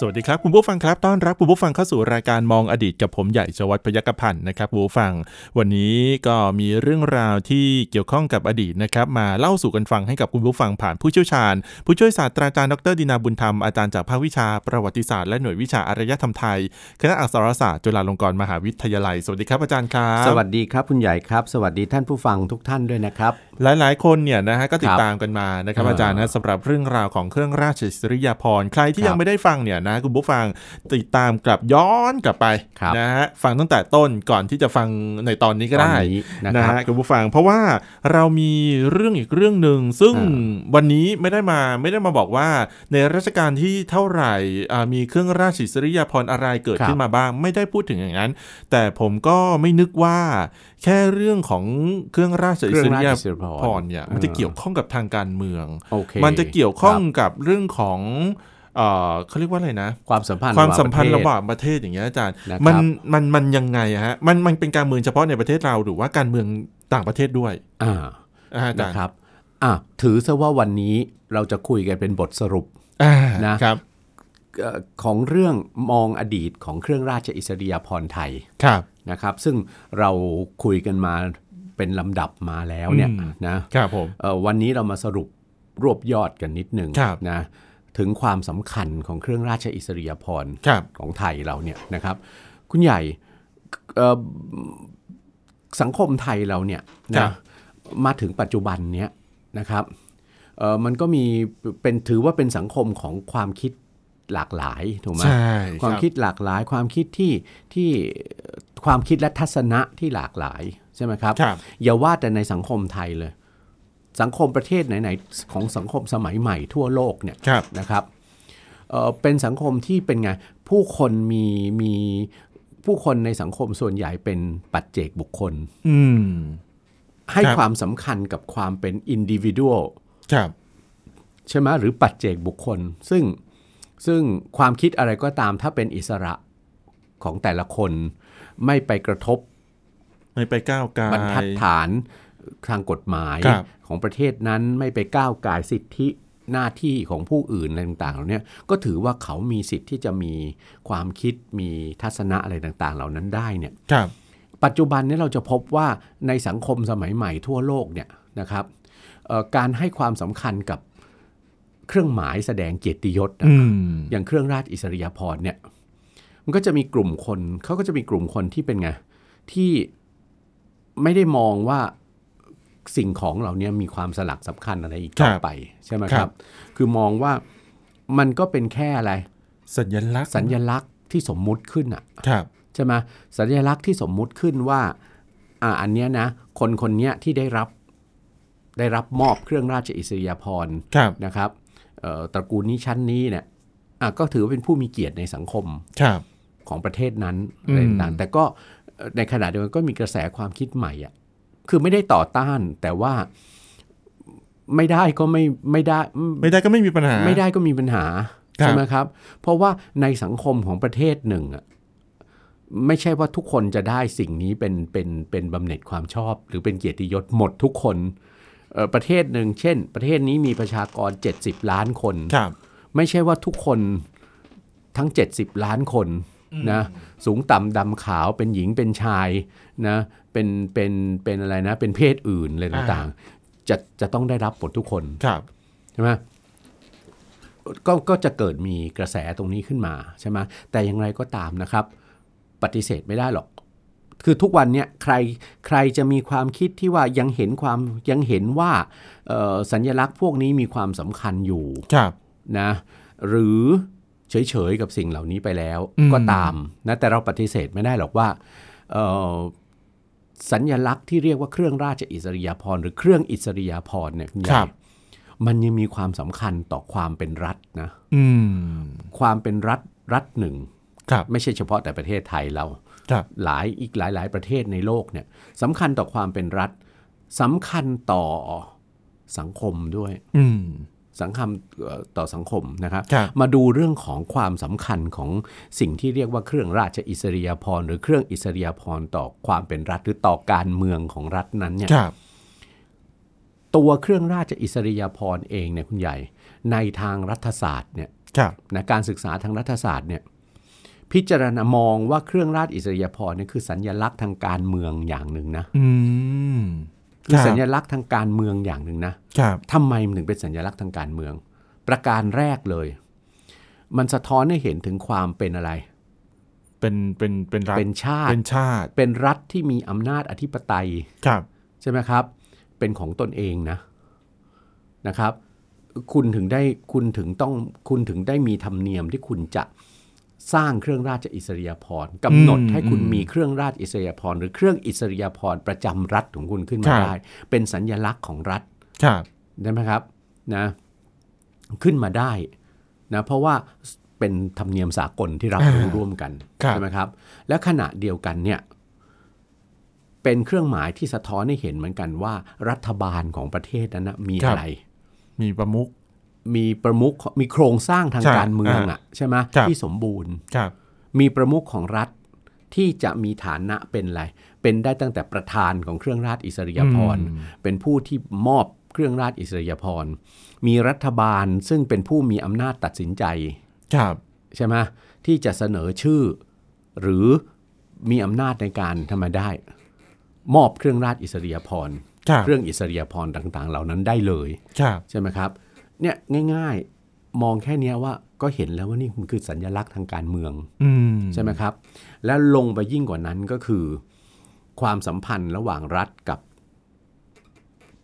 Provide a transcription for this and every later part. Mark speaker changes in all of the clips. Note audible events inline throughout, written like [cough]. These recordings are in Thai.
Speaker 1: สวัสดีครับคุณผู้ฟังครับต้อนรับคุณผู้ฟังเข้าสู่รายการมองอดีตกับผมใหญ่ชวัฒน์พยัคฆพันธ์นะครับคุณผู้ฟัง วันนี้ก็มีเรื่องราวที่เกี่ยวข้องกับอดีตนะครับมาเล่าสู่กันฟังให้กับคุณผู้ฟังผ่านผู้เชี่ยวชาญ ผู้ช่วยศาสตราจารย์ดรดินาบุญธรรมอาจารย์จากภาควิชาประวัติศาสตร์และหน่วยวิชาอารยธรรมไทยคณะอักษรศาสตร์จุฬาลงกรณ์มหาวิทยาลัยสวัสดีครับอาจารย์ครับ
Speaker 2: สวัสดีครับคุณใหญ่ครับ สวัสดีท่านผู้ฟังทุกท่านด้วยนะครับ
Speaker 1: หลาย ๆ คนเนี่ยนะฮะก็ติด
Speaker 2: ครับ
Speaker 1: ตามกันมานะครับ
Speaker 2: อ่า
Speaker 1: อาจารย์นะสำหรับเรื่องราวของเครื่องราชอิสริยาภรณ์ใครที่
Speaker 2: ครับ
Speaker 1: ยังไม่ได้ฟังเนี่ยนะคุณผู้ฟังติดตามกลับย้อนกลับไป
Speaker 2: ครับ
Speaker 1: นะฮะฟังตั้งแต่ต้นก่อนที่จะฟังในตอนนี้ก็ได้
Speaker 2: ตอนนี้นะ
Speaker 1: นะครับ ฮะคุณผู้ฟังเพราะว่าเรามีเรื่องอีกเรื่องหนึ่งซึ่ง
Speaker 2: อ่
Speaker 1: วันนี้ไม่ได้มาไม่ได้มาบอกว่าในรัชกาลที่เท่าไหร่อ่ามีเครื่องราชอิสริยาภรณ์อะไรเกิด
Speaker 2: ครับ
Speaker 1: ขึ้นมาบ้าง ไม่ได้พูดถึงอย่างนั้น แต่ผมก็ไม่นึกว่า แค่เรื่องของเครื่องราชอิ
Speaker 2: เครื่
Speaker 1: ส
Speaker 2: อ
Speaker 1: ริ
Speaker 2: งราช
Speaker 1: ยา
Speaker 2: อิสริยาภรณ์
Speaker 1: พรเนี่ยมันจะเกี่ยวข้องกับทางการเมือง
Speaker 2: โอเค
Speaker 1: มันจะเกี่ยวข้องกับเรื่องของเอ่อเขาเรียกว่าอะไรนะ
Speaker 2: ความสัมพันธ์
Speaker 1: ความสัมพันธ์
Speaker 2: เศ
Speaker 1: ระหว่างประเทศอย่างเงี้ยอาจารย์
Speaker 2: นะครับ
Speaker 1: มันมันมันยังไงอะฮะ มันมันเป็นการเมืองเฉพาะในประเทศเราหรือว่าการเมืองต่างประเทศด้วย
Speaker 2: อ่า
Speaker 1: อ่าอาจาร
Speaker 2: นะ
Speaker 1: ย์
Speaker 2: ครับอ่ะถือซะว่าวันนี้เราจะคุยกันเป็นบทสรุป
Speaker 1: อ่า
Speaker 2: นะ
Speaker 1: ครับ
Speaker 2: เอ่อของเรื่องมองอดีตของเครื่องราชอิสริยาภรณ์ไทย
Speaker 1: ครับ
Speaker 2: นะครับ ซึ่งเราคุยกันมาเป็นลำดับมาแล้วเนี่ย
Speaker 1: อืม
Speaker 2: นะครับ
Speaker 1: ผม
Speaker 2: เอ่อวันนี้เรามาสรุปรวบยอดกันนิดหนึ่ง
Speaker 1: ครับ
Speaker 2: นะถึงความสำคัญของเครื่องราชอิสริยาภรณ์
Speaker 1: ครับ
Speaker 2: ของไทยเราเนี่ยนะครับ คุณใหญ่เอ่อสังคมไทยเราเนี่ยนะมาถึงปัจจุบันเนี้ยนะครับเอ่อมันก็มีเป็นถือว่าเป็นสังคมของความคิดหลากหลายถูกไหม
Speaker 1: ใช่
Speaker 2: ความ
Speaker 1: รับ
Speaker 2: คิดหลากหลาย ความคิดที่ที่ความคิดและทัศนะที่หลากหลายใช่ไหมครับ
Speaker 1: ครับ
Speaker 2: อย่าว่าแต่ในสังคมไทยเลย สังคมประเทศไหนๆของสังคมสมัยใหม่ทั่วโลกเนี่ย
Speaker 1: ครับ
Speaker 2: นะครับเอ่อเป็นสังคมที่เป็นไง ผู้คนมีมีผู้คนในสังคมส่วนใหญ่เป็นปัจเจกบุคคล
Speaker 1: อืม
Speaker 2: ให้
Speaker 1: ครับ
Speaker 2: ความสำคัญกับความเป็นอินดิวิ u a l
Speaker 1: ครับ
Speaker 2: ใช่ไหมหรือปัจเจกบุคคล ซึ่งซึ่งความคิดอะไรก็ตามถ้าเป็นอิสระของแต่ละคน ไม่ไปกระทบ
Speaker 1: ไม่ไปก้าวไกล
Speaker 2: บรรทัดฐานทางกฎหมาย
Speaker 1: ครับ
Speaker 2: ของประเทศนั้นไม่ไปก้าวไก่ายสิทธิหน้าที่ของผู้อื่นอะไรต่างๆเหล่าเนี้ยก็ถือว่าเขามีสิทธิ์ที่จะมีความคิดมีทัศนะอะไรต่างๆ เหล่านั้นได้เนี่ย
Speaker 1: ครับ
Speaker 2: ปัจจุบันเนี้เราจะพบว่าในสังคมสมัยใหม่ทั่วโลกเนี่ยนะครับเอ่อการให้ความสำคัญกับเครื่องหมายแสดงเกียรติยศนะ
Speaker 1: อืม
Speaker 2: อย่างเครื่องราชอิสริยาภรณ์เนี่ย มันก็จะมีกลุ่มคน เขาก็จะมีกลุ่มคนที่เป็นไง ที่ไม่ได้มองว่าสิ่งของเหล่านี้มีความสลักสำคัญอะไรอีกต่อไป ใช่ไหมครับ คือมองว่ามันก็เป็นแค่อะไร
Speaker 1: สัญลักษณ์
Speaker 2: สัญญลักษณ์ที่สมมุติขึ้นอ่ะ
Speaker 1: ครับ
Speaker 2: ใช่ไหมสัญลักษณ์ที่สมมุติขึ้นว่าอ่าอันเนี้ยนะ คนคนเนี้ยที่ได้รับได้รับมอบเครื่องราชอิสริยาภรณ์
Speaker 1: ครับ
Speaker 2: นะครับเอ่อตระกูลนี้ชั้นนี้เนี่ยอ่ะก็ถือว่าเป็นผู้มีเกียรติในสังคม
Speaker 1: ครับ
Speaker 2: ของประเทศนั้น
Speaker 1: อืม
Speaker 2: อะไรต่างๆแต่ก็เอ่อในขณะเดียวกันก็มีกระแสความคิดใหม่อ่ะคือไม่ได้ต่อต้านแต่ว่าไม่ได้ก็ไม่ไม่ได้
Speaker 1: ไม่ได้ก็ไม่มีปัญหา
Speaker 2: ไม่ได้ก็มีปัญหา
Speaker 1: ครับ
Speaker 2: ใช่ไหมครับ เพราะว่าในสังคมของประเทศหนึ่งอ่ะไม่ใช่ว่าทุกคนจะได้สิ่งนี้เป็นเป็นเป็นบำเหน็จความชอบ หรือเป็นเกียรติยศหมดทุกคนเอ่อประเทศหนึ่งเช่น ประเทศนี้มีประชากร 70 ล้านคน
Speaker 1: ครับ
Speaker 2: ไม่ใช่ว่าทุกคนทั้ง 70 ล้านคนนะสูงต่ำดำขาวเป็นหญิงเป็นชายนะเป็นเป็นเป็นอะไรนะ เป็นเพศอื่นอะไร
Speaker 1: อ่า
Speaker 2: ต่างๆจะจะต้องได้รับหมดทุกคน
Speaker 1: ครับ
Speaker 2: ใช่ไหมก็ก็จะเกิดมีกระแสตรงนี้ขึ้นมาใช่ไหมแต่อย่างไรก็ตามนะครับ ปฏิเสธไม่ได้หรอก คือทุกวันเนี่ยใครใครจะมีความคิดที่ว่ายังเห็นความยังเห็นว่าเอ่อสัญลักษณ์พวกนี้มีความสำคัญอยู่
Speaker 1: ครับ
Speaker 2: นะหรือเฉยๆกับสิ่งเหล่านี้ไปแล้ว
Speaker 1: อืม
Speaker 2: ก็ตามนะแต่เราปฏิเสธไม่ได้หรอกว่าเอ่อสัญญลักษณ์ที่เรียกว่าเครื่องราชอิสริยาภรณ์หรือเครื่องอิสริยาภรณ์เนี่ยคุณให
Speaker 1: ค
Speaker 2: ญ่
Speaker 1: รับ
Speaker 2: มันยังมีความสำคัญต่อความเป็นรัฐนะ
Speaker 1: อืม
Speaker 2: ความเป็นรัฐรัฐหนึ่ง
Speaker 1: ครับ
Speaker 2: ไม่ใช่เฉพาะแต่ประเทศไทยเรา
Speaker 1: ครับ
Speaker 2: หลายอีกหลาย ๆ ประเทศในโลกเนี่ยสำคัญต่อความเป็นรัฐ สำคัญต่อสังคมด้วย
Speaker 1: อืม
Speaker 2: สังคมเอ่อต่อสังคมนะครับ
Speaker 1: ครับ
Speaker 2: มาดูเรื่องของความสำคัญของสิ่งที่เรียกว่าเครื่องราชอิสริยาภรณ์หรือเครื่องอิสริยาภรณ์ต่อความเป็นรัฐหรือต่อการเมืองของรัฐนั้นเนี่ย
Speaker 1: ครับ
Speaker 2: ตัวเครื่องราชอิสริยาภรณ์เองเนี่ยคุณใหญ่ ในทางรัฐศาสตร์เนี่ย
Speaker 1: ครับ
Speaker 2: นะการศึกษาทางรัฐศาสตร์เนี่ยพิจารณามองว่าเครื่องราชอิสริยาภรณ์เนี่ยคือสัญลักษณ์ทางการเมืองอย่างหนึ่งนะ
Speaker 1: อืม
Speaker 2: คือสัญ
Speaker 1: ลักษณ์
Speaker 2: ลักษณ์ทางการเมืองอย่างหนึ่งนะ
Speaker 1: ครับ
Speaker 2: ทำไมมันถึงเป็นสัญลักษณ์ทางการเมือง ประการแรกเลย มันสะท้อนให้เห็นถึงความเป็นอะไร
Speaker 1: เป็นเป็นเป็นรัฐ
Speaker 2: เป็นชาติ
Speaker 1: เป็นชาติ
Speaker 2: เป็นรัฐที่มีอำนาจอธิปไตย
Speaker 1: ครับ
Speaker 2: ใช่ไหมครับ เป็นของตนเองนะนะครับ คุณถึงได้คุณถึงต้องคุณถึงได้มีธรรมเนียมที่คุณจะสร้างเครื่องราชอิสริยาภรณ์กำหนดให้คุณมีเครื่องราชอิสริยาภรณ์หรือเครื่องอิสริยาภรณ์ประจำรัฐของคุณขึ้น
Speaker 1: ค
Speaker 2: มา
Speaker 1: รับ
Speaker 2: ได้ เป็นสัญญลักษณ์ของรัฐ
Speaker 1: ครับ
Speaker 2: ได้ไหมครับนะขึ้นมาได้นะเพราะว่าเป็นธรรมเนียมสากลที่รับรู้
Speaker 1: อ่า
Speaker 2: ร่วมกัน
Speaker 1: ครับ
Speaker 2: ใช่ไหมครับ และขณะเดียวกันเนี่ยเป็นเครื่องหมายที่สะท้อนให้เห็นเหมือนกันว่า รัฐบาลของประเทศนั้นนะมีอะไร
Speaker 1: มีประมุข
Speaker 2: มีประมุขมีโครงสร้างทาง
Speaker 1: ใช่
Speaker 2: การเมืองอ่ะใช่ไหม
Speaker 1: ครับ
Speaker 2: ที่สมบูรณ์
Speaker 1: ครับ
Speaker 2: มีประมุขของรัฐที่จะมีฐานะเป็นอะไร เป็นได้ตั้งแต่ประธานของเครื่องราชอิสริยาภรณ์ เป็นผู้ที่มอบเครื่องราชอิสริยาภรณ์ มีรัฐบาลซึ่งเป็นผู้มีอำนาจตัดสินใจ
Speaker 1: ครับ
Speaker 2: ใช่ไหมที่จะเสนอชื่อ หรือมีอำนาจในการทำมาได้ มอบเครื่องราชอิสริยาภรณ์
Speaker 1: ครับ
Speaker 2: เครื่องอิสริยาภรณ์ต่าง ๆ เหล่านั้นได้เลย
Speaker 1: ครับ
Speaker 2: ใช่ไหมครับเนี่ยง่ายๆมองแค่เนี้ยว่าก็เห็นแล้วว่านี่มันคือสัญลักษณ์ทางการเมือง
Speaker 1: อืม
Speaker 2: ใช่ไหมครับ แล้วลงไปยิ่งกว่านั้นก็คือ ความสัมพันธ์ระหว่างรัฐกับ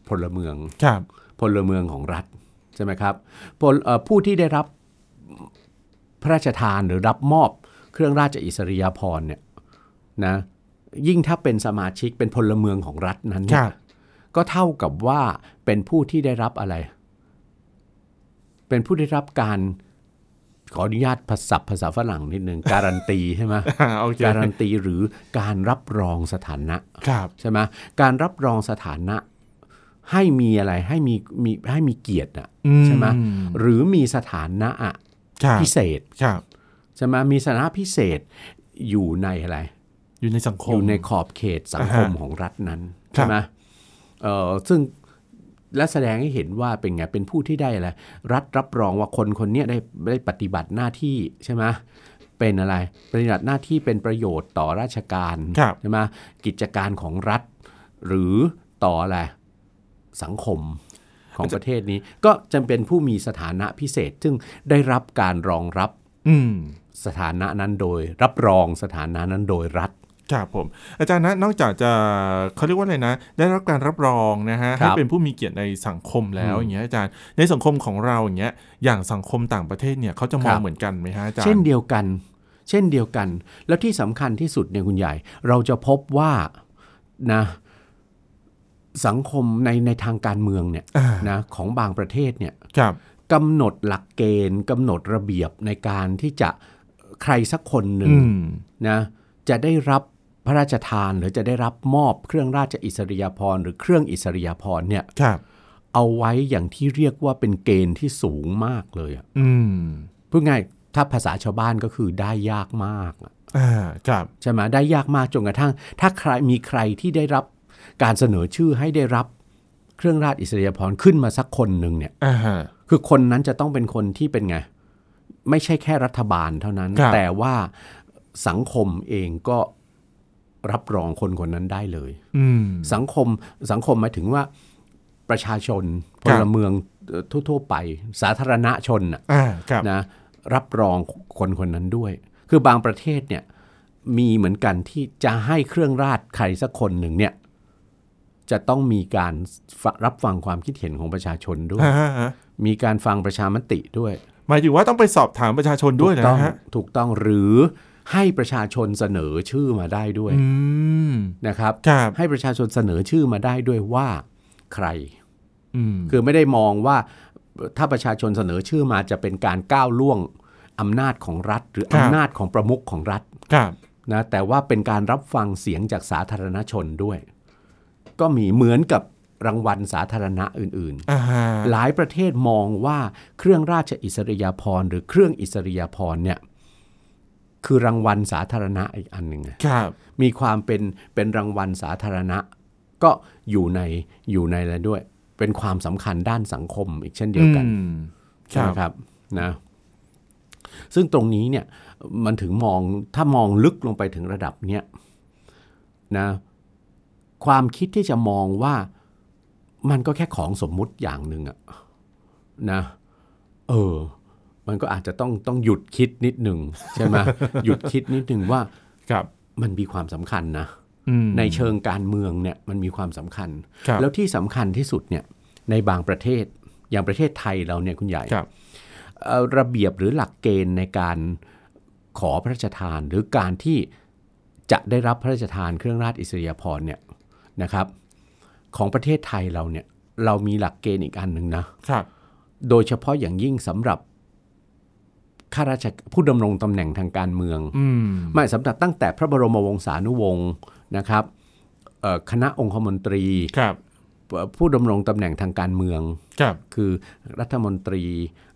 Speaker 2: พลเมือง
Speaker 1: ครับ
Speaker 2: พลเมืองของรัฐใช่ไหมครับพลเอ่อผู้ที่ได้รับพระราชทานหรือรับมอบเครื่องราชอิสริยาภรณ์เนี่ยนะยิ่งถ้าเป็นสมาชิกเป็นพลเมืองของรัฐนั้น
Speaker 1: ค
Speaker 2: เนี่
Speaker 1: รั
Speaker 2: ย
Speaker 1: บ
Speaker 2: ก็เท่ากับว่าเป็นผู้ที่ได้รับอะไร เป็นผู้ได้รับการขออนุญาตภาษาภาษาฝรั่งนิดนึงการันตีใช่ไหม
Speaker 1: อ่าโอเค
Speaker 2: การันตีหรือการรับรองสถานะครับ ใช่ไหมการรับรองสถานะ ให้มีอะไรให้มีมีให้มีเกียรติอะ
Speaker 1: อืม
Speaker 2: ใช่ไหมหรือมีสถานะอะ
Speaker 1: ครับ
Speaker 2: พิเศษ
Speaker 1: ครับ
Speaker 2: ใช่ไหมมีสถานะพิเศษอยู่ในอะไร
Speaker 1: อยู่ในสังคม
Speaker 2: อยู่ในขอบเขตสังคม
Speaker 1: อ่าฮะ
Speaker 2: ของรัฐนั้น
Speaker 1: ครั
Speaker 2: ใช่
Speaker 1: บ
Speaker 2: ไหมเอ่อซึ่งและแสดงให้เห็นว่าเป็นไงเป็นผู้ที่ได้อะไรรัฐรับรองว่าคนคนเนี้ยได้ได้ปฏิบัติหน้าที่ใช่ไหมเป็นอะไรปฏิบัติหน้าที่เป็นประโยชน์ต่อราชการ
Speaker 1: ครับ
Speaker 2: ใช่ไหมกิจการของรัฐ หรือต่ออะไรสังคมของประเทศนี้ ก็จำเป็นผู้มีสถานะพิเศษ ซึ่งได้รับการรองรับ
Speaker 1: อืม
Speaker 2: สถานะนั้นโดย รับรองสถานะนั้นโดยรัฐ
Speaker 1: ครับผม อาจารย์นะนอกจากจะเขาเรียกว่าอะไรนะ ได้รับการรับรองนะฮะ
Speaker 2: ครั
Speaker 1: ให้
Speaker 2: บ
Speaker 1: เป็นผู้มีเกียรติในสังคมแล้ว
Speaker 2: อืม
Speaker 1: อย่างเงี้ยอาจารย์ในสังคมของเราอย่างเงี้ยอย่างสังคมต่างประเทศเนี่ยเขาจะมอ
Speaker 2: ค
Speaker 1: ง
Speaker 2: รับ
Speaker 1: เหมือนกันไหมฮะอาจารย์
Speaker 2: เช่นเดียวกัน เช่นเดียวกัน แล้วที่สำคัญที่สุดเนี่ยคุณใหญ่ เราจะพบว่านะสังคมในในทางการเมืองเนี่ย
Speaker 1: อ่า
Speaker 2: นะของบางประเทศเนี่ย
Speaker 1: ครับ
Speaker 2: กำหนดหลักเกณฑ์กำหนดระเบียบในการที่จะใครสักคนหนึ่ง
Speaker 1: อืม
Speaker 2: นะจะได้รับพระราชทานหรือจะได้รับมอบเครื่องราชอิสริยาภรณ์หรือเครื่องอิสริยาภรณ์เนี่ย
Speaker 1: ครับ
Speaker 2: เอาไว้อย่างที่เรียกว่าเป็นเกณฑ์ที่สูงมากเลยอะ
Speaker 1: อืม
Speaker 2: พูดง่ายๆถ้าภาษาชาวบ้านก็คือได้ยากมากอะ
Speaker 1: อ่าครับ
Speaker 2: ใช่ไหมได้ยากมากจนกระทั่ง ถ้าใครมีใครที่ได้รับการเสนอชื่อให้ได้รับเครื่องราชอิสริยาภรณ์ขึ้นมาสักคนหนึ่งเนี่ย
Speaker 1: อ่าฮะ
Speaker 2: คือคนนั้นจะต้องเป็นคนที่เป็นไง ไม่ใช่แค่รัฐบาลเท่านั้น
Speaker 1: ครับ
Speaker 2: แต่ว่าสังคมเองก็รับรองคนคนนั้นได้เลย
Speaker 1: อืม
Speaker 2: สังคมสังคมหมายถึงว่าประชาชนพ
Speaker 1: ครับ
Speaker 2: ลเมืองเอ่อทั่วๆไป สาธารณชนน่ะ
Speaker 1: อ่าครับ
Speaker 2: นะรับรองคนคนนั้นด้วย คือบางประเทศเนี่ยมีเหมือนกันที่จะให้เครื่องราชใครสักคนหนึ่งเนี่ยจะต้องมีการฟะรับฟังความคิดเห็นของประชาชนด้วย
Speaker 1: อ่าฮะ
Speaker 2: มีการฟังประชามติด้วย
Speaker 1: หมายถึงว่าต้องไปสอบถามประชาชนด้วย
Speaker 2: ถูกต้อง
Speaker 1: นะฮะ
Speaker 2: ถูกต้องหรือให้ประชาชนเสนอชื่อมาได้ด้วย
Speaker 1: อืม
Speaker 2: นะครับ
Speaker 1: ครับ
Speaker 2: ให้ประชาชนเสนอชื่อมาได้ด้วยว่าใคร
Speaker 1: อืม
Speaker 2: คือไม่ได้มองว่าถ้าประชาชนเสนอชื่อมาจะเป็นการก้าวล่วงอำนาจของรัฐ หรืออำนาจของประมุขของรัฐ
Speaker 1: ครับ
Speaker 2: นะแต่ว่าเป็นการรับฟังเสียงจากสาธารณชนด้วย ก็มีเหมือนกับ รางวัลสาธารณะอื่น ๆ
Speaker 1: อ่าฮะ
Speaker 2: หลายประเทศมองว่าเครื่องราชอิสริยาภรณ์หรือเครื่องอิสริยาภรณ์เนี่ยคือรางวัลสาธารณะอีกอันหนึ่งอะ
Speaker 1: ครับ
Speaker 2: มีความเป็นเป็นรางวัลสาธารณะ ก็อยู่ในอยู่ในแล้วด้วย เป็นความสำคัญด้านสังคมอีกเช่นเดียวกัน
Speaker 1: อืมค
Speaker 2: ใช่
Speaker 1: รั
Speaker 2: ไห
Speaker 1: บ
Speaker 2: มครับนะซึ่งตรงนี้เนี่ยมันถึงมองถ้ามองลึกลงไปถึงระดับเนี้ยนะความคิดที่จะมองว่ามันก็แค่ของสมมุติอย่างหนึ่งอะนะเออ มันก็อาจจะต้องต้องหยุดคิดนิดหนึ่งใช่ไหม [laughs] หยุดคิดนิดหนึ่งว่า
Speaker 1: ครับ
Speaker 2: มันมีความสำคัญนะ
Speaker 1: อืม
Speaker 2: ในเชิงการเมืองเนี่ยมันมีความสำคัญ
Speaker 1: ครับ
Speaker 2: แล้วที่สำคัญที่สุดเนี่ยในบางประเทศอย่างประเทศไทยเราเนี่ยคุณใหญ่
Speaker 1: ครับ
Speaker 2: เอ่อระเบียบหรือหลักเกณฑ์ในการขอพระราชทาน หรือการที่จะได้รับพระราชทานเครื่องราชอิสริยาภรณ์เนี่ยนะครับ ของประเทศไทยเราเนี่ยเรามีหลักเกณฑ์อีกอันหนึ่งนะครับ โดยเฉพาะอย่างยิ่งสำหรับข้าราชกผู้ดำรงตำแหน่งทางการเมือง
Speaker 1: อืม
Speaker 2: ไม่สำหรับตั้งแต่พระบรมวงศานุวงศ์นะครับเอ่อคณะองคมนตรี
Speaker 1: ครับ
Speaker 2: ผู้ดำรงตำแหน่งทางการเมือง
Speaker 1: ครับ
Speaker 2: คือรัฐมนตรี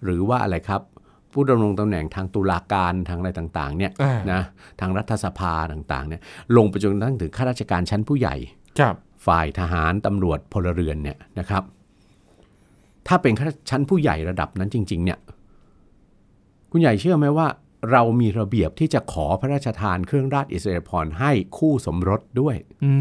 Speaker 2: หรือว่าอะไรครับ ผู้ดำรงตำแหน่งทางตุลาการทางอะไรต่างๆเนี่ย
Speaker 1: อ่า
Speaker 2: นะทางรัฐสภาต่างๆเนี่ยลงไปจนกระทั่งถึงข้าราชการชั้นผู้ใหญ่
Speaker 1: ครับ
Speaker 2: ฝ่ายทหารตำรวจพลเรือนเนี่ยนะครับ ถ้าเป็นข้าราชชั้นผู้ใหญ่ระดับนั้นจริง ๆ เนี่ย คุณใหญ่เชื่อไหมว่า เรามีระเบียบที่จะขอพระราชทานเครื่องราชอิสริยาภรณ์ให้คู่สมรสด้วย
Speaker 1: อื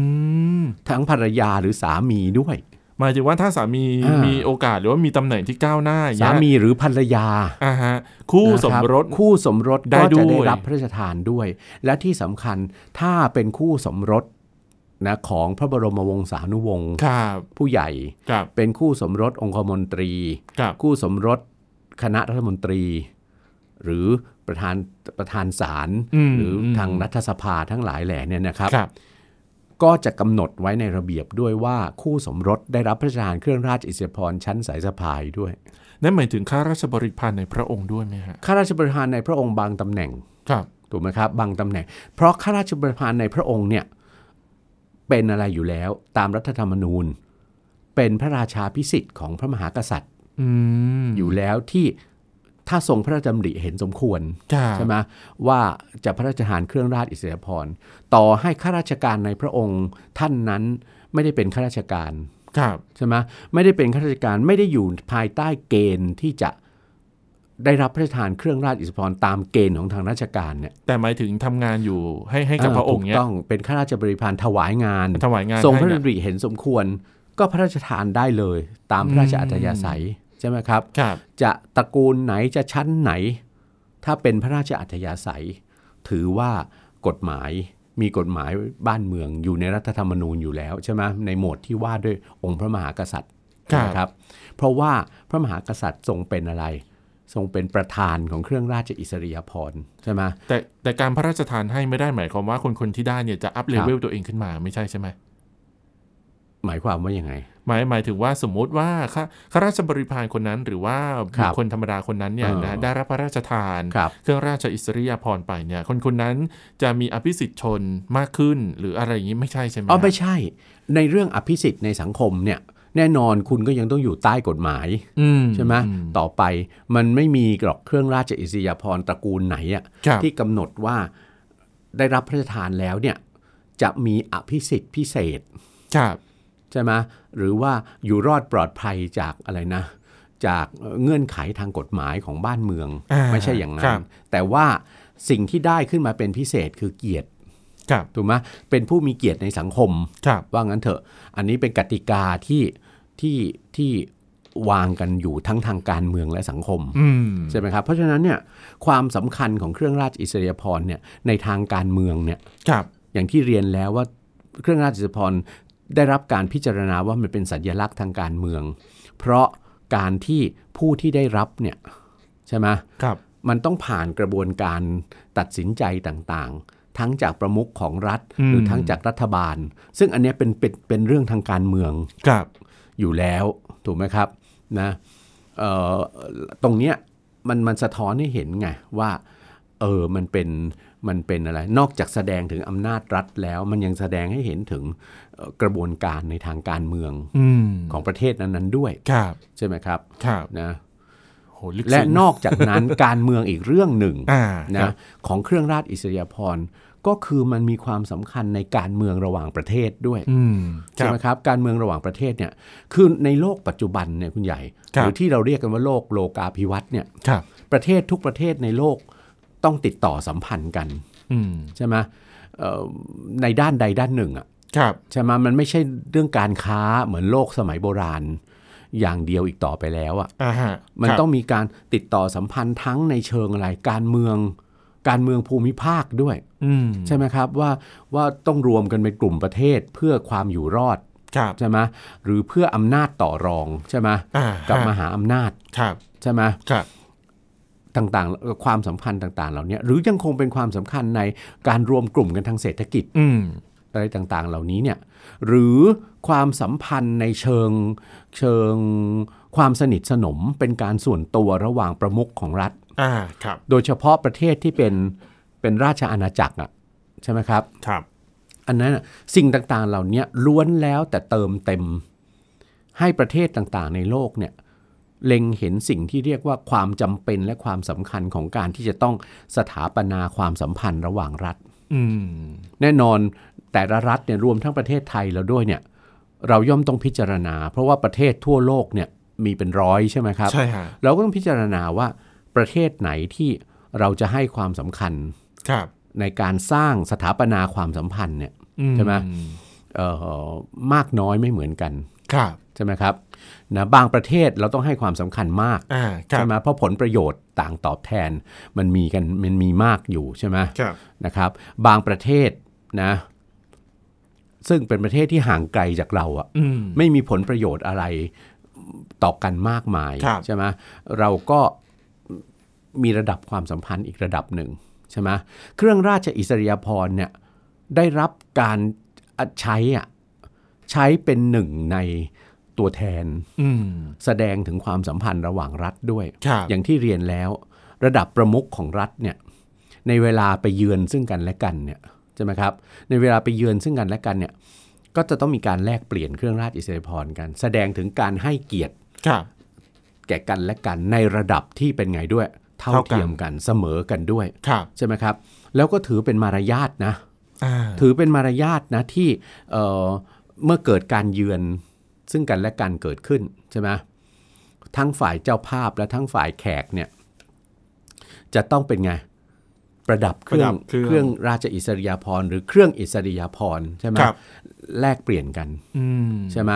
Speaker 1: ม
Speaker 2: ทั้งภรรยาหรือสามีด้วย
Speaker 1: หมายถึงว่าถ้าสามี
Speaker 2: อ่ามี
Speaker 1: มีโอกาสหรือว่ามีตำแหน่งที่ก้าวหน้าอย่ง
Speaker 2: สา
Speaker 1: เงี้ย
Speaker 2: มีหรือภรรยา
Speaker 1: อ่าฮะคู่สมรส
Speaker 2: นะครับคู่สมรส
Speaker 1: ได้
Speaker 2: ก็
Speaker 1: ด้ว
Speaker 2: จะ
Speaker 1: ย
Speaker 2: ได้รับพระราชทานด้วย และที่สำคัญถ้าเป็นคู่สมรสนะของพระบรมวงศานุวงศ์
Speaker 1: ครับ
Speaker 2: ผู้ใหญ่
Speaker 1: ครับ
Speaker 2: เป็นคู่สมรสองคมนตรี
Speaker 1: ครับ
Speaker 2: คู่สมรสคณะรัฐมนตรี หรือประธานประธานศาล
Speaker 1: ม
Speaker 2: หรือ
Speaker 1: ม
Speaker 2: ทางรัฐสภาทั้งหลายแหล่เนี่ยนะครับ
Speaker 1: ครับ
Speaker 2: ก็จะกำหนดไว้ในระเบียบด้วยว่าคู่สมรสได้รับพระราชทานเครื่องราชอิสริยาภรณ์ชั้นสายสะพายด้วย
Speaker 1: นั่นหมายถึงข้าราชบริพารในพระองค์ด้วยไหมฮะ
Speaker 2: ข้าราชบริหารในพระองค์บางตำแหน่ง
Speaker 1: ครับ
Speaker 2: ถูกไหมครับบางตำแหน่ง เพราะข้าราชบริพารในพระองค์เนี่ยเป็นอะไรอยู่แล้วตามรัฐธรรมนูญ เป็นพระราชาพิสิทธิ์ของพระมหากษัตริย์
Speaker 1: อืม
Speaker 2: อยู่แล้วที่ถ้าทรงพระราชดำริเห็นสมควร
Speaker 1: ครับ
Speaker 2: ใช่ไหมว่าจะพระราชทานเครื่องราชอิสริยาภรณ์ต่อให้ข้าราชการในพระองค์ท่านนั้นไม่ได้เป็นข้าราชการ
Speaker 1: ครับ
Speaker 2: ใช่ไหมไม่ได้เป็นข้าราชการไม่ได้อยู่ภายใต้เกณฑ์ที่จะได้รับพระราชทานเครื่องราชอิสริยาภรณ์ตามเกณฑ์ของทางราชการเนี่ย
Speaker 1: แต่หมายถึงทำงานอยู่ให้ให้กับพระองค์
Speaker 2: ถูก
Speaker 1: เนี้ย
Speaker 2: ต้องเป็นข้าราชบริพารถวายงาน
Speaker 1: ถวายงาน
Speaker 2: ทรงพ
Speaker 1: ให้
Speaker 2: ระ
Speaker 1: เนี่ย
Speaker 2: ดำริเห็นสมควร ก็พระราชทานได้เลย ตามพระราชอัธยาศัยใช่ไหมครับ
Speaker 1: ครับ
Speaker 2: จะตระกูลไหนจะชั้นไหน ถ้าเป็นพระราชอัธยาศัย ถือว่ากฎหมายมีกฎหมายบ้านเมืองอยู่ในรัฐธรรมนูญอยู่แล้วใช่ไหมในหมวดที่ว่าด้วยองค์พระมหากษัตริย์นะครับ เพราะว่าพระมหากษัตริย์ทรงเป็นอะไร ทรงเป็นประธานของเครื่องราชอิสริยาภรณ์ใช่ไหม
Speaker 1: แต่แต่การพระราชทานให้ไม่ได้หมายความว่าคนคนที่ได้เนี่ยจะอัพเลเวลตัวเองขึ้นมาไม่ใช่ใช่ไหม
Speaker 2: หมายความว่ายังไง
Speaker 1: หมายหมายถึงว่าสมมุติว่าข้าข้าราชบริพารคนนั้น หรือว่า
Speaker 2: ครับ
Speaker 1: บุคคลธรรมดาคนนั้นเนี่ย
Speaker 2: เออ
Speaker 1: นะได้รับพระราชทาน
Speaker 2: ครับ
Speaker 1: เครื่องราชอิสริยาภรณ์ไปเนี่ย คนคนนั้นจะมีอภิสิทธิ์ชนมากขึ้น หรืออะไรอย่างนี้ไม่ใช่ใช่ไหม
Speaker 2: อ๋อไม่ใช่ ในเรื่องอภิสิทธิ์ในสังคมเนี่ยแน่นอนคุณก็ยังต้องอยู่ใต้กฎหมาย
Speaker 1: อื
Speaker 2: ใช่ไหม
Speaker 1: อื
Speaker 2: ต่อไปมันไม่มีหรอกเครื่องราชอิสริยาภรณ์ตระกูลไหนอะ
Speaker 1: ครับ
Speaker 2: ที่กำหนดว่าได้รับพระราชทานแล้วเนี่ยจะมีอภิสิทธิ์พิเศษ
Speaker 1: ครับ
Speaker 2: ใช่ไหมหรือว่าอยู่รอดปลอดภัยจากอะไรนะ จากเงื่อนไขทางกฎหมายของบ้านเมือง
Speaker 1: อ่า
Speaker 2: ไม่ใช่อย่างนั้
Speaker 1: คน รับ
Speaker 2: แต่ว่าสิ่งที่ได้ขึ้นมาเป็นพิเศษคือเกียรติ
Speaker 1: ครับ
Speaker 2: ถูกไหมเป็นผู้มีเกียรติในสังคม
Speaker 1: ครับ
Speaker 2: ว่างั้นเถอะ อันนี้เป็นกติกาที่ที่ที่วางกันอยู่ทั้งทางการเมืองและสังคม
Speaker 1: อืม
Speaker 2: ใช่ไหมครับ เพราะฉะนั้นเนี่ยความสำคัญของเครื่องราชอิสริยาภรณ์เนี่ยในทางการเมืองเนี่ย
Speaker 1: ครับ
Speaker 2: อย่างที่เรียนแล้วว่าเครื่องราชอิสริยาภรณ์ได้รับการพิจารณาว่ามันเป็นสัญลักษณ์ทางการเมือง เพราะการที่ผู้ที่ได้รับเนี่ยใช่ไหม
Speaker 1: ครับ
Speaker 2: มันต้องผ่านกระบวนการตัดสินใจต่างๆ ทั้งจากประมุขของรัฐ หรือทั้งจากรัฐบาล ซึ่งอันเนี้ยเป็นเป็นเป็นเรื่องทางการเมือง
Speaker 1: ครับ
Speaker 2: อยู่แล้วถูกไหมครับนะเอ่อตรงเนี้ยมันมันสะท้อนให้เห็นไงว่าเออมันเป็น มันเป็นอะไร นอกจากแสดงถึงอำนาจรัฐแล้ว มันยังแสดงให้เห็นถึงเอ่อกระบวนการในทางการเมือง
Speaker 1: อืม
Speaker 2: ของประเทศนั้นๆด้วย
Speaker 1: ครับ
Speaker 2: ใช่ไหมครับ
Speaker 1: ครับ
Speaker 2: นะ
Speaker 1: โหลึก
Speaker 2: และ
Speaker 1: ซึ้ง
Speaker 2: นอกจากนั้น [laughs] การเมืองอีกเรื่องหนึ่ง
Speaker 1: อ่าค
Speaker 2: นะ
Speaker 1: รับ
Speaker 2: ของเครื่องราชอิสริยาภรณ์ก็คือมันมีความสำคัญในการเมืองระหว่างประเทศด้วย
Speaker 1: อืมครั
Speaker 2: ใช่
Speaker 1: บ
Speaker 2: ไหมครับการเมืองระหว่างประเทศเนี่ยคือในโลกปัจจุบันเนี่ยคุณใหญ่
Speaker 1: ครับ
Speaker 2: หรือที่เราเรียกกันว่าโลกโลกาภิวัตน์เนี่ย
Speaker 1: ครับ
Speaker 2: ประเทศทุกประเทศในโลกต้องติดต่อสัมพันธ์กัน
Speaker 1: อืม
Speaker 2: ใช่ไหมเอ่อในด้านใดด้านหนึ่งอะ
Speaker 1: ครับ
Speaker 2: ใช่ไหมมันไม่ใช่เรื่องการค้าเหมือนโลกสมัยโบราณ อย่างเดียวอีกต่อไปแล้วอะ
Speaker 1: อ่าฮะ
Speaker 2: มัน
Speaker 1: ครับ
Speaker 2: ต้องมีการติดต่อสัมพันธ์ทั้งในเชิงอะไรการเมืองการเมืองภูมิภาคด้วย
Speaker 1: อืม
Speaker 2: ใช่ไหมครับว่าว่าต้องรวมกันเป็นกลุ่มประเทศเพื่อความอยู่รอด
Speaker 1: ครับ
Speaker 2: ใช่ไหมหรือเพื่ออำนาจต่อรองใช่ไหม
Speaker 1: อ่า
Speaker 2: กับม
Speaker 1: ฮะ
Speaker 2: หาอำนาจ
Speaker 1: ครับ
Speaker 2: ใช่ไหม
Speaker 1: ครับ
Speaker 2: ต่างๆ ความสัมพันธ์ต่างๆ เหล่านี้หรือยังคงเป็นความสำคัญในการรวมกลุ่มกันทางเศรษฐกิจ
Speaker 1: อืม
Speaker 2: อะไรต่างๆ เหล่านี้เนี่ยหรือความสัมพันธ์ในเชิงเชิงความสนิทสนมเป็นการส่วนตัวระหว่างประมุขของรัฐ
Speaker 1: อ่าครับ
Speaker 2: โดยเฉพาะประเทศที่เป็นเป็นราชอาณาจักรอ่ะใช่ไหมครับ
Speaker 1: ครับ
Speaker 2: อันนั้นน่ะสิ่งต่างๆ เหล่านี้ล้วนแล้วแต่เติมเต็ม ให้ประเทศต่างๆ ในโลกเนี่ยเล็งเห็นสิ่งที่เรียกว่าความจำเป็นและความสำคัญของการที่จะต้องสถาปนาความสัมพันธ์ระหว่างรัฐ
Speaker 1: อืม
Speaker 2: แน่นอนแต่ละรัฐเนี่ยรวมทั้งประเทศไทยแล้วด้วยเนี่ยเราย่อมต้องพิจารณา เพราะว่าประเทศทั่วโลกเนี่ยมีเป็นร้อยใช่ไหมครับ
Speaker 1: ใช่ฮะ
Speaker 2: เราก็ต้องพิจารณาว่าประเทศไหนที่เราจะให้ความสำคัญ
Speaker 1: ครับ
Speaker 2: ในการสร้างสถาปนาความสัมพันธ์เนี่ย
Speaker 1: อื
Speaker 2: ใช่ไหม เอ่อมากน้อยไม่เหมือนกัน
Speaker 1: ครับ
Speaker 2: ใช่ไหมครับนะบางประเทศเราต้องให้ความสำคัญมาก
Speaker 1: อ่าครั
Speaker 2: ใช่
Speaker 1: บ
Speaker 2: ไหมเพราะผลประโยชน์ต่างตอบแทนมันมีกันมันมีมากอยู่ใช่ไหม
Speaker 1: ครับ
Speaker 2: นะครับ บางประเทศนะซึ่งเป็นประเทศที่ห่างไกลจากเราอะ
Speaker 1: อืม
Speaker 2: ไม่มีผลประโยชน์อะไรต่อกันมากมาย
Speaker 1: ครับ
Speaker 2: ใช่ไหมเราก็มีระดับความสัมพันธ์อีกระดับหนึ่งใช่ไหมเครื่องราชอิสริยาภรณ์เนี่ย ได้รับการใช้อะใช้เป็นหนึ่งในตัวแทน
Speaker 1: อืม
Speaker 2: แสดงถึงความสัมพันธ์ระหว่างรัฐด้วย
Speaker 1: ครับ
Speaker 2: อย่างที่เรียนแล้ว ระดับประมุขของรัฐเนี่ยในเวลาไปเยือนซึ่งกันและกันเนี่ยใช่ไหมครับในเวลาไปเยือนซึ่งกันและกันเนี่ยก็จะต้องมีการแลกเปลี่ยนเครื่องราชอิสริยาภรณ์กัน แสดงถึงการให้เกียรติ
Speaker 1: ครับ
Speaker 2: แก่กันและกันในระดับที่เป็นไงด้วย เท่า
Speaker 1: เท่ากัน
Speaker 2: เทียมกันเสมอกันด้วย
Speaker 1: ครับ
Speaker 2: ใช่ไหมครับแล้วก็ถือเป็นมารยาทนะ
Speaker 1: อ่า
Speaker 2: ถือเป็นมารยาทนะที่เอ่อเมื่อเกิดการเยือนซึ่งกันและกันเกิดขึ้นใช่ไหมทั้งฝ่ายเจ้าภาพและทั้งฝ่ายแขกเนี่ยจะต้องเป็นไง ประดับเครื่องเครื่องราชอิสริยาภรณ์หรือเครื่องอิสริยาภรณ์ใช่ไหม
Speaker 1: ครับ
Speaker 2: แลกเปลี่ยนกัน
Speaker 1: อืม
Speaker 2: ใช่ไหม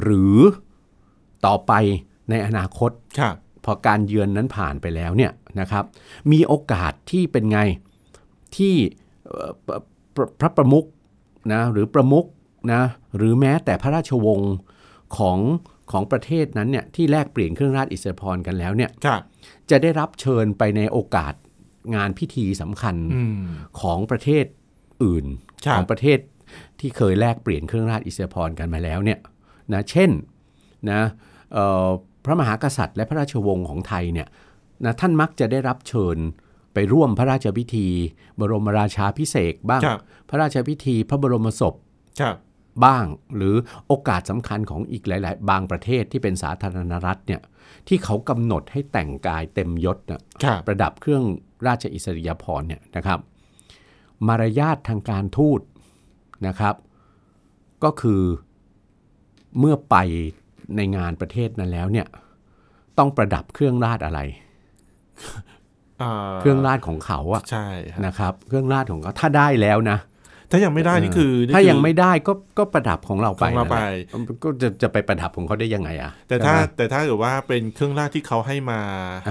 Speaker 2: หรือต่อไปในอนาคต
Speaker 1: ครับ
Speaker 2: พอการเยือนนั้นผ่านไปแล้วเนี่ยนะครับ มีโอกาสที่เป็นไงที่เอ่อพระพระพระประมุขนะหรือประมุขนะหรือแม้แต่พระราชวงศ์ของของประเทศนั้นเนี่ยที่แลกเปลี่ยนเครื่องราชอิสริยาภรณ์กันแล้วเนี่ย
Speaker 1: ครับ
Speaker 2: จะได้รับเชิญไปในโอกาสงานพิธีสำคัญ
Speaker 1: อืม
Speaker 2: ของประเทศอื่น
Speaker 1: ครับ
Speaker 2: ของประเทศที่เคยแลกเปลี่ยนเครื่องราชอิสริยาภรณ์กันมาแล้วเนี่ยนะเช่นนะเอ่อพระมหากษัตริย์และพระราชวงศ์ของไทยเนี่ยนะท่านมักจะได้รับเชิญไปร่วมพระราชพิธี บรมราชาพิเศษกบ้าง
Speaker 1: ครับ
Speaker 2: พระราชพิธีพระบรมศพ
Speaker 1: ครับ
Speaker 2: บ้าง หรือโอกาสสำคัญของอีกหลาย ๆ บางประเทศที่เป็นสาธารณรัฐเนี่ยที่เขากำหนดให้แต่งกายเต็มยศน่ะ
Speaker 1: ครับ
Speaker 2: ประดับเครื่องราชอิสริยาภรณ์เนี่ยนะครับ มารยาททางการทูตนะครับ ก็คือเมื่อไปในงานประเทศนั้นแล้วเนี่ยต้องประดับเครื่องราชอะไร
Speaker 1: า
Speaker 2: เครื่องราชของเขาอะ
Speaker 1: ใช่ฮะ
Speaker 2: นะครับ เครื่องราชของเขาถ้าได้แล้วนะ
Speaker 1: ถ้ายังไม่ได้นี่คือนี่
Speaker 2: ถ้า
Speaker 1: คือ
Speaker 2: ยังไม่ได้ก็ก็ประดับของเราไป
Speaker 1: ของเราไป
Speaker 2: นั่นแหละก็จะจะไปประดับของเขาได้ยังไงอะ
Speaker 1: แต่ถ้า
Speaker 2: ใช่ไหม
Speaker 1: แต่ถ้าเกิดว่าเป็นเครื่องราชที่เขาให้มา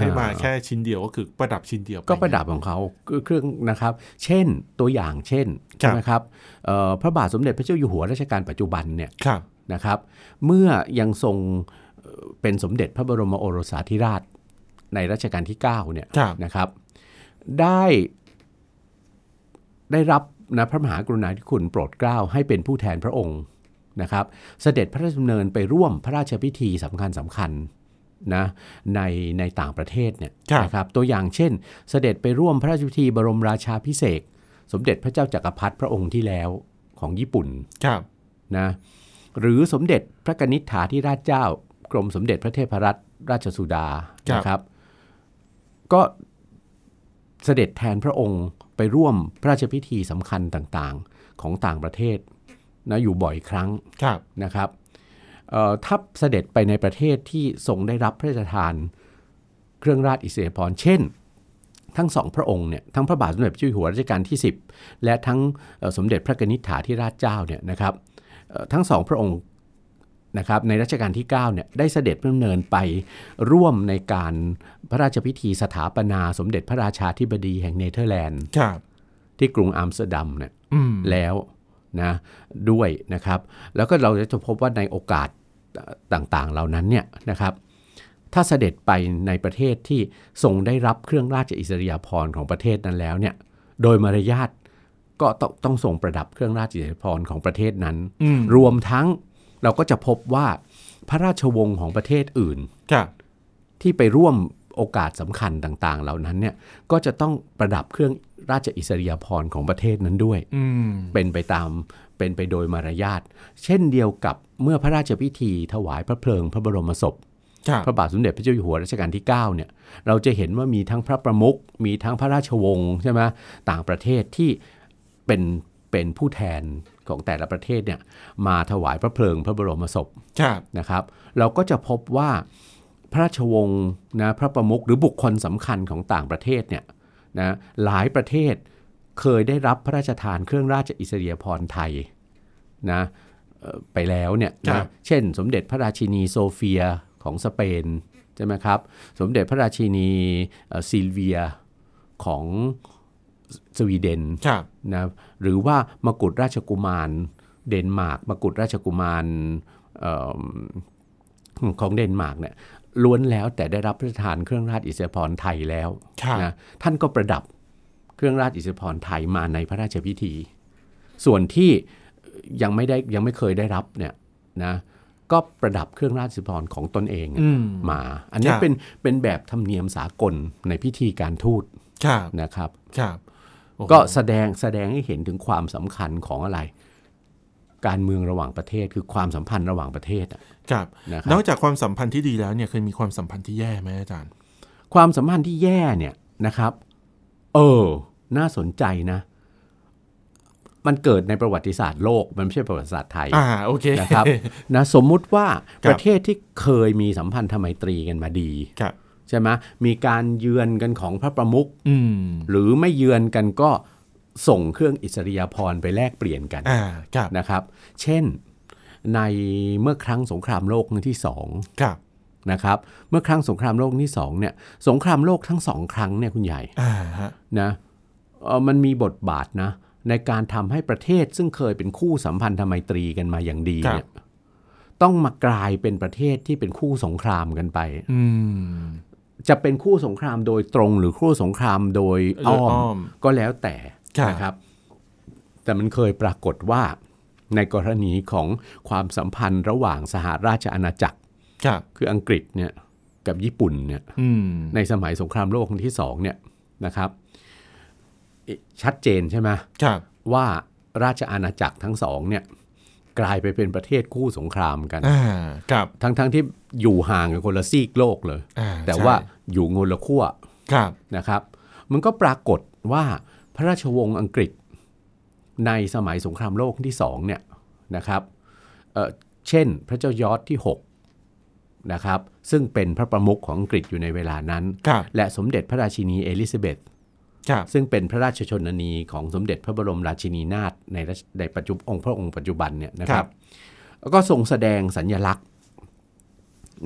Speaker 1: ให้มา
Speaker 2: อ่า
Speaker 1: แค่ชิ้นเดียวก็คือประดับชิ้นเดียวไ
Speaker 2: ก็ประดับของเขาเครื่องนะครับ เช่นตัวอย่างเช่นใช่ไหมครับเอ่อพระบาทสมเด็จพระเจ้าอยู่หัวรัชกาลปัจจุบันเนี่ย
Speaker 1: ครับ
Speaker 2: นะครับเมื่อยังทรงเอ่อเป็นสมเด็จพระบรมโอรสาธิราชในรัชกาลที่9เนี่ย
Speaker 1: ครับ
Speaker 2: นะครับได้ได้รับนะพระมหากรุณาธิคุณโปรดเกล้าให้เป็นผู้แทนพระองค์นะครับ เสด็จพระราชดำเนินไปร่วมพระราชพิธีสำคัญสำคัญนะในในต่างประเทศเนี่ย
Speaker 1: ครับ
Speaker 2: นะครับตัวอย่างเช่น เสด็จไปร่วมพระราชพิธีบรมราชาพิเศษก สมเด็จพระเจ้าจากักรพรรดิพระองค์ที่แล้วของญี่ปุ่น
Speaker 1: ครับ
Speaker 2: นะหรือสมเด็จพระกนิษฐาธิราชเจ้า กรมสมเด็จพระเทพรัตนราชสุดา
Speaker 1: ครับ
Speaker 2: นะครับ ก็เสด็จแทนพระองค์ไปร่วมพระราชพิธีสำคัญต่างๆของต่างประเทศนะอยู่บ่อยครั้ง
Speaker 1: ครับ
Speaker 2: นะครับเอ่อถ้าเสด็จไปในประเทศที่ทรงได้รับพระราชทานเครื่องราชอิสริยาภรณ์เช่น ทั้งสองพระองค์เนี่ยทั้งพระบาทสมเด็จพระเจ้าอยู่หัวรัชกาลที่ 10 และทั้งเอ่อสมเด็จพระกนิษฐาธิราชเจ้าเนี่ยนะครับเอ่อทั้งสองพระองค์นะครับในรัชกาลที่9เนี่ยได้เสด็จดำเนินไปร่วมในการพระราชพิธีสถาปนาสมเด็จพระราชาธิบดีแห่งเนเธอร์แลนด์
Speaker 1: ครับ
Speaker 2: ที่กรุงอัมสเตอร์ดัมเนี่ย
Speaker 1: อืม
Speaker 2: แล้วนะด้วยนะครับ แล้วก็เราจะพบว่าในโอกาสต่างๆ เหล่านั้นเนี่ยนะครับ ถ้าเสด็จไปในประเทศที่ทรงได้รับเครื่องราชอิสริยาภรณ์ของประเทศนั้นแล้วเนี่ยโดยมารยาทก็ต้องต้องทรงประดับเครื่องราชอิสริยาภรณ์ของประเทศนั้น
Speaker 1: อืม
Speaker 2: รวมทั้งเราก็จะพบว่าพระราชวงศ์ของประเทศอื่น
Speaker 1: ครับ
Speaker 2: ที่ไปร่วมโอกาสสำคัญต่างๆ เหล่านั้นเนี่ยก็จะต้องประดับเครื่องราชอิสริยาภรณ์ของประเทศนั้นด้วย
Speaker 1: อืม
Speaker 2: เป็นไปตามเป็นไปโดยมารยาท เช่นเดียวกับเมื่อพระราชพิธีถวายพระเพลิงพระบรมศพ
Speaker 1: ครับ
Speaker 2: พระบาทสมเด็จพระเจ้าอยู่หัวรัชกาลที่ 9 เนี่ย เราจะเห็นว่ามีทั้งพระประมุขมีทั้งพระราชวงศ์ใช่ไหมต่างประเทศที่เป็นเป็นผู้แทนของแต่ละประเทศเนี่ยมาถวายพระเพลิงพระบรมศพ
Speaker 1: ครับ
Speaker 2: นะครับเราก็จะพบว่าพระราชวงศ์นะพระประมุขหรือบุคคลสำคัญของต่างประเทศเนี่ยนะหลายประเทศเคยได้รับพระราชทานเครื่องราชอิสริยาภรณ์ไทยนะเอ่อไปแล้วเนี่ย
Speaker 1: ครั
Speaker 2: นะ
Speaker 1: บ
Speaker 2: เช่น สมเด็จพระราชินีโซเฟียของสเปนใช่ไหมครับ สมเด็จพระราชินีเอ่อซิลเวียของสวีเดน
Speaker 1: ครับ
Speaker 2: นะหรือว่ามกุฎราชกุมารเดนมาร์กมกุฎราชกุมารเอิ่มของเดนมาร์กเนี่ยล้วนแล้วแต่ได้รับพระราชทานเครื่องราชอิสริยาภรณ์ไทยแล้ว
Speaker 1: ครับ
Speaker 2: นะท่านก็ประดับเครื่องราชอิสริยาภรณ์ไทยมาในพระราชพิธี ส่วนที่ยังไม่ได้ยังไม่เคยได้รับเนี่ยนะก็ประดับเครื่องราชอิสริยาภรณ์ของตนเอง
Speaker 1: อืม
Speaker 2: มา อันนี้
Speaker 1: ครับ
Speaker 2: เป็นเป็นแบบธรรมเนียมสากลในพิธีการทูต
Speaker 1: ครับ
Speaker 2: นะครับ
Speaker 1: ครับโอ้โห
Speaker 2: ก็แสดงแสดงให้เห็นถึงความสำคัญของอะไร การเมืองระหว่างประเทศคือความสัมพันธ์ระหว่างประเทศอะ
Speaker 1: ครับ
Speaker 2: นะคน รั
Speaker 1: อบ กจากความสัมพันธ์ที่ดีแล้วเนี่ยเคยมีความสัมพันธ์ที่แย่ไหมอาจารย์
Speaker 2: ความสัมพันธ์ที่แย่เนี่ยนะครับ เออ น่าสนใจนะ มันเกิดในประวัติศาสตร์โลก มันไม่ใช่ประวัติศาสตร์ไทย
Speaker 1: อ่า โอเค [laughs]
Speaker 2: นะครับ นะสมมุติว่า
Speaker 1: ครับ
Speaker 2: ประเทศที่เคยมีสัมพันธไมตรีกันมาดี
Speaker 1: ครับ
Speaker 2: ใช่ไหมมีการเยือนกันของพระประมุข
Speaker 1: อืม
Speaker 2: หรือไม่เยือนกันก็ส่งเครื่องอิสริยาภรณ์ไปแลกเปลี่ยนกัน
Speaker 1: อ่า ครับ
Speaker 2: นะครับ เช่นในเมื่อครั้งสงครามโลกครั้งที่สอง
Speaker 1: ครับ
Speaker 2: นะครับ เมื่อครั้งสงครามโลกครั้งที่สองเนี่ย สงครามโลกทั้งสองครั้งเนี่ยคุณใหญ่
Speaker 1: อ่าฮะ
Speaker 2: นะเอ่อมันมีบทบาทนะในการทำให้ประเทศซึ่งเคยเป็นคู่สัมพันธไมตรีกันมาอย่างดีเนี่ยต้องมากลายเป็นประเทศที่เป็นคู่สงครามกันไป
Speaker 1: อืม
Speaker 2: จะเป็นคู่สงครามโดยตรงหรือคู่สงครามโดย
Speaker 1: โด
Speaker 2: อ้อ
Speaker 1: ยอ้อ
Speaker 2: ม
Speaker 1: ม
Speaker 2: ก็แล้วแต่
Speaker 1: ครับ
Speaker 2: นะครับ แต่มันเคยปรากฏว่าในกรณีของความสัมพันธ์ระหว่างสหราชอาณาจักร
Speaker 1: ครับ
Speaker 2: คืออังกฤษเนี่ยกับญี่ปุ่นเนี่ย
Speaker 1: อืม
Speaker 2: ในสมัยสงครามโลกครั้งที่สองเนี่ยนะครับเอ๊ะชัดเจนใช่ไหม
Speaker 1: ครับ
Speaker 2: ว่าราชอาณาจักรทั้งสองเนี่ยกลายไปเป็นประเทศคู่สงครามกัน
Speaker 1: อ่า ครับ
Speaker 2: ทั้งๆที่อยู่ห่างกันคนละซีกโลกเลย
Speaker 1: อ่า
Speaker 2: แต่
Speaker 1: ใช่
Speaker 2: ว่าอยู่คนละขั้ว
Speaker 1: ครับ
Speaker 2: นะครับมันก็ปรากฏว่าพระราชวงศ์อังกฤษในสมัยสงครามโลกครั้งที่สองเนี่ยนะครับเอ่อเช่นพระเจ้ายอร์ดที่6นะครับซึ่งเป็นพระประมุขของอังกฤษอยู่ในเวลานั้น
Speaker 1: ครับ
Speaker 2: และสมเด็จพระราชินีเอลิซาเบธ
Speaker 1: ครับ
Speaker 2: ซึ่งเป็นพระราชชนนีของสมเด็จพระบรมราชินีนาถในรัชในปัจจุบองค์พระองค์ปัจจุบันเนี่ยนะค
Speaker 1: ครั
Speaker 2: รับบ ก็ทรงแสดงสัญญลักษณ์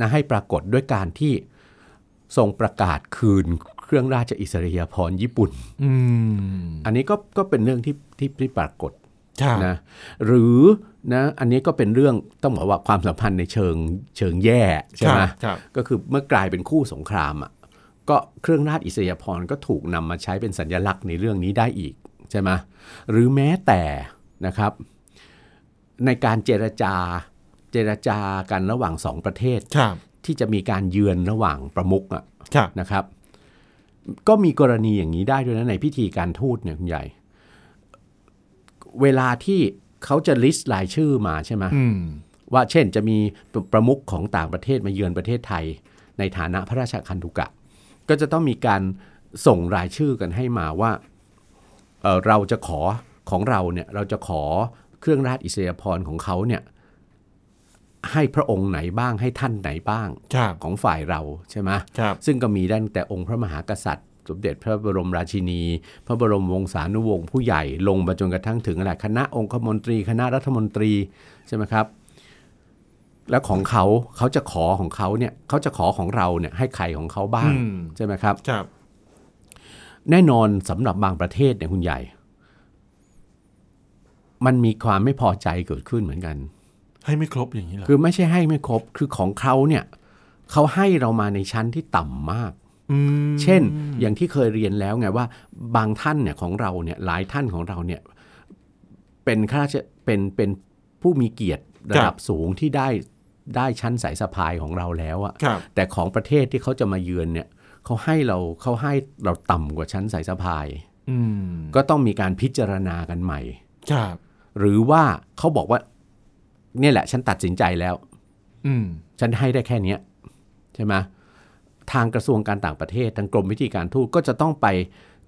Speaker 2: นะให้ปรากฏด้วยการที่ทรงประกาศคืนเครื่องราชอิสริยาภรณ์ญี่ปุ่น
Speaker 1: อืม
Speaker 2: อันนี้ก็ก็เป็นเรื่องที่ที่ที่ปรากฏ
Speaker 1: ครับ
Speaker 2: นะหรือนะอันนี้ก็เป็นเรื่องต้องบอกว่าความสัมพันธ์ในเชิงเชิงแย่ใช่ไห
Speaker 1: ค
Speaker 2: ม
Speaker 1: รับครับ
Speaker 2: ก็คือเมื่อกลายเป็นคู่สงครามอ่ะก็เครื่องราชอิสริยาภรณ์ก็ถูกนำมาใช้เป็นสัญญลักษณ์ในเรื่องนี้ได้อีกใช่ไหมหรือแม้แต่นะครับ ในการเจรจาเจรจากันระหว่างสองประเทศ
Speaker 1: ครับ
Speaker 2: ที่จะมีการเยือนระหว่างประมุขอ่ะ
Speaker 1: ครับ
Speaker 2: นะครับก็มีกรณีอย่างนี้ได้ด้วยนะในพิธีการทูตเนี่ยคุณใหญ่ เวลาที่เขาจะ list รายชื่อมาใช่ไหม
Speaker 1: อืม
Speaker 2: ว่าเช่นจะมีประมุขของต่างประเทศมาเยือนประเทศไทย ในฐานะพระราชคันธุกะ ก็จะต้องมีการส่งรายชื่อกันให้มาว่าเอ่อเราจะขอของเราเนี่ยเราจะขอเครื่องราชอิสริยาภรณ์ของเขาเนี่ยให้พระองค์ไหนบ้างให้ท่านไหนบ้าง
Speaker 1: ครับ
Speaker 2: ของฝ่ายเราใช่ไหม
Speaker 1: ครับ
Speaker 2: ซึ่งก็มีได้ตั้งแต่องค์พระมหากษัตริย์ สมเด็จพระบรมราชินี พระบรมวงศานุวงศ์ผู้ใหญ่ลงมาจนกระทั่งถึงอะไรคณะองคมนตรีคณะรัฐมนตรีใช่ไหมครับ แล้วของเขาเขาจะขอของเขาเนี่ยเขาจะขอของเราเนี่ยให้ใครของเขาบ้าง
Speaker 1: อืม
Speaker 2: ใช่ไหมครับ
Speaker 1: ครับ
Speaker 2: แน่นอนสำหรับบางประเทศเนี่ยคุณใหญ่ มันมีความไม่พอใจเกิดขึ้นเหมือนกัน
Speaker 1: ให้ไม่ครบอย่างนี้เหรอ
Speaker 2: คือไม่ใช่ให้ไม่ครบคือของเขาเนี่ยเขาให้เรามาในชั้นที่ต่ำมาก
Speaker 1: อืม
Speaker 2: เช่นอย่างที่เคยเรียนแล้วไงว่าบางท่านเนี่ยของเราเนี่ยหลายท่านของเราเนี่ยเป็นข้าราชเป็นเป็นผู้มีเกียรติระดับสูงที่ได้ได้ชั้นสายสะพายของเราแล้วอะ
Speaker 1: ครับ
Speaker 2: แต่ของประเทศที่เขาจะมาเยือนเนี่ยเขาให้เราเขาให้เราต่ำกว่าชั้นสายสะพาย
Speaker 1: อืม
Speaker 2: ก็ต้องมีการพิจารณากันใหม่
Speaker 1: ครับ
Speaker 2: หรือว่าเขาบอกว่าเนี่ยแหละฉันตัดสินใจแล้ว
Speaker 1: อืม
Speaker 2: ฉันให้ได้แค่เนี้ยใช่ไหมทางกระทรวงการต่างประเทศ ทางกรมวิธีการทูตก็จะต้องไป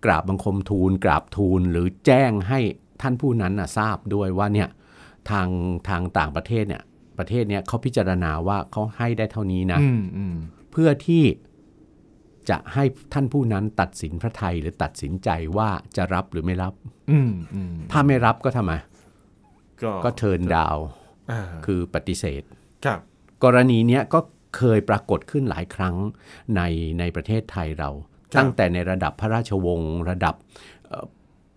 Speaker 2: กราบบังคมทูล กราบทูลหรือแจ้งให้ท่านผู้นั้นนะทราบด้วยว่าเนี่ยทางทางต่างประเทศเนี่ยประเทศเนี่ยเขาพิจารณาว่าเขาให้ได้เท่านี้นะ
Speaker 1: อืมอืม
Speaker 2: เพื่อที่จะให้ท่านผู้นั้นตัดสินพระไทยหรือตัดสินใจว่าจะรับหรือไม่รับ
Speaker 1: อืมอืม
Speaker 2: ถ้าไม่รับก็ทำไม
Speaker 1: ก็
Speaker 2: ก็เทินดาว
Speaker 1: อ่า
Speaker 2: คือปฏิเสธ
Speaker 1: ครับ
Speaker 2: กรณีเนี้ยก็เคยปรากฏขึ้นหลายครั้งในในประเทศไทยเรา ตั้งแต่ในระดับพระราชวงศ์ระดับเอ่อ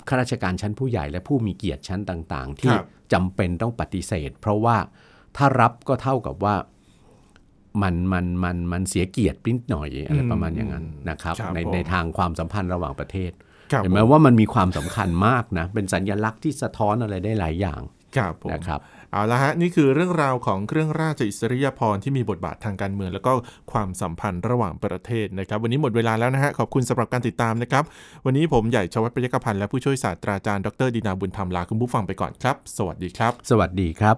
Speaker 2: ข้าราชการชั้นผู้ใหญ่และผู้มีเกียรติชั้นต่าง ๆ ที่จำเป็นต้องปฏิเสธ เพราะว่าถ้ารับก็เท่ากับว่ามันมันมันมันเสียเกียรตินิดหน่อยอะไรประมาณอย่างนั้นนะครับ ในในทางความสัมพันธ์ระหว่างประเทศ
Speaker 1: ครับ
Speaker 2: เห็นไหม
Speaker 1: ผ
Speaker 2: ว่ามันมีความสำคัญมากนะ เป็นสัญลักษณ์ที่สะท้อนอะไรได้หลายอย่าง
Speaker 1: ครับผม
Speaker 2: นะครับ
Speaker 1: เอาละฮะนี่คือเรื่องราวของเครื่องราชอิสริยาภรณ์ที่มีบทบาททางการเมือง แล้วก็ความสัมพันธ์ระหว่างประเทศนะครับ วันนี้หมดเวลาแล้วนะฮะขอบคุณสำหรับการติดตามนะครับ วันนี้ผมใหญ่ชวัฒน์ประยกพันธ์และผู้ช่วยศาสตราจารย์ดรดีนาบุญธรรมลาคุณผู้ฟังไปก่อนครับ สวัสดีครับ
Speaker 2: สวัสดีครับ